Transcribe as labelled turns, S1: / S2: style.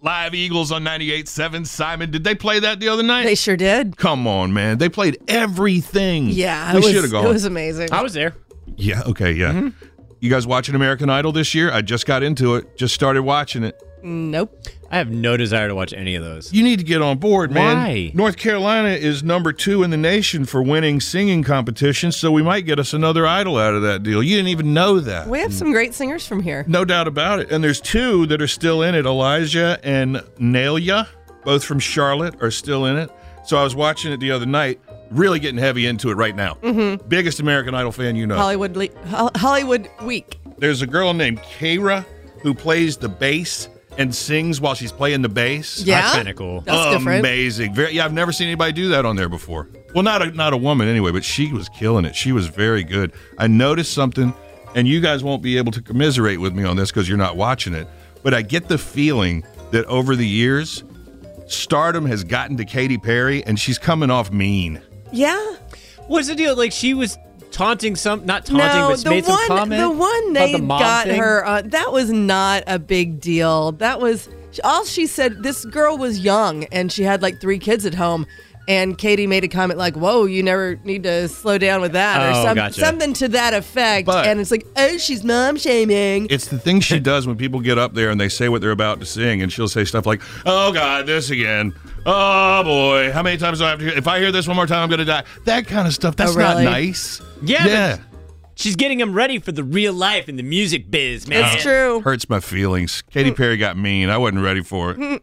S1: Live Eagles on 98.7. Simon, did they play that the other night?
S2: They sure did.
S1: Come on, man. They played everything.
S2: Yeah,
S1: We
S2: it was-
S1: should have gone.
S2: It was Mm-hmm. amazing.
S3: I was there.
S1: yeah, okay, yeah. You guys watching American Idol this year? I just got into it. Just started watching it.
S2: nope.
S3: I have no desire to watch any of those.
S1: You need to get on board, man.
S3: Why?
S1: North Carolina is number two in the nation for winning singing competitions, so we might get us another idol out of that deal. You didn't even know that.
S2: We have some great singers from here.
S1: No doubt about it. And there's two that are still in it Elijah and Nalia, both from Charlotte, are still in it. So I was watching it the other night, really getting heavy into it right now. Mm-hmm. Biggest American Idol fan you know.
S2: Hollywood Le- Hol- Hollywood Week.
S1: There's a girl named Kara who plays the bass and sings while she's playing the bass.
S2: Yeah.
S3: That's kind of cool.
S2: That's different.
S1: Amazing. Very, yeah, I've never seen anybody do that on there before. Well, not a, not a woman anyway, but she was killing it. She was very good. I noticed something, and you guys won't be able to commiserate with me on this because you're not watching it, but I get the feeling that over the years, stardom has gotten to Katy Perry, and she's coming off mean.
S2: Yeah.
S3: What's the deal? Like she was taunting some, not taunting,
S2: no,
S3: but she
S2: the
S3: made some
S2: one
S3: comment.
S2: the one
S3: about
S2: they
S3: the mom
S2: got
S3: thing.
S2: her on that was not a big deal. That was all she said. This girl was young and she had like three kids at home. And Katie made a comment like, "Whoa, you never need to slow down with that," or
S3: Oh,
S2: some-
S3: gotcha.
S2: something to that effect.
S1: But-
S2: and it's like, "Oh, she's mom shaming."
S1: It's the thing she does when people get up there and they say what they're about to sing, and she'll say stuff like, "Oh God, this again. Oh boy, how many times do I have to? Hear? If I hear this one more time, I'm gonna die." That kind of stuff. That's
S2: really?
S1: not nice.
S3: Yeah, but-
S1: yeah,
S3: She's getting him ready for the real life in the music biz, man.
S2: it's true.
S1: hurts my feelings. Katy Perry got mean. I wasn't ready for it.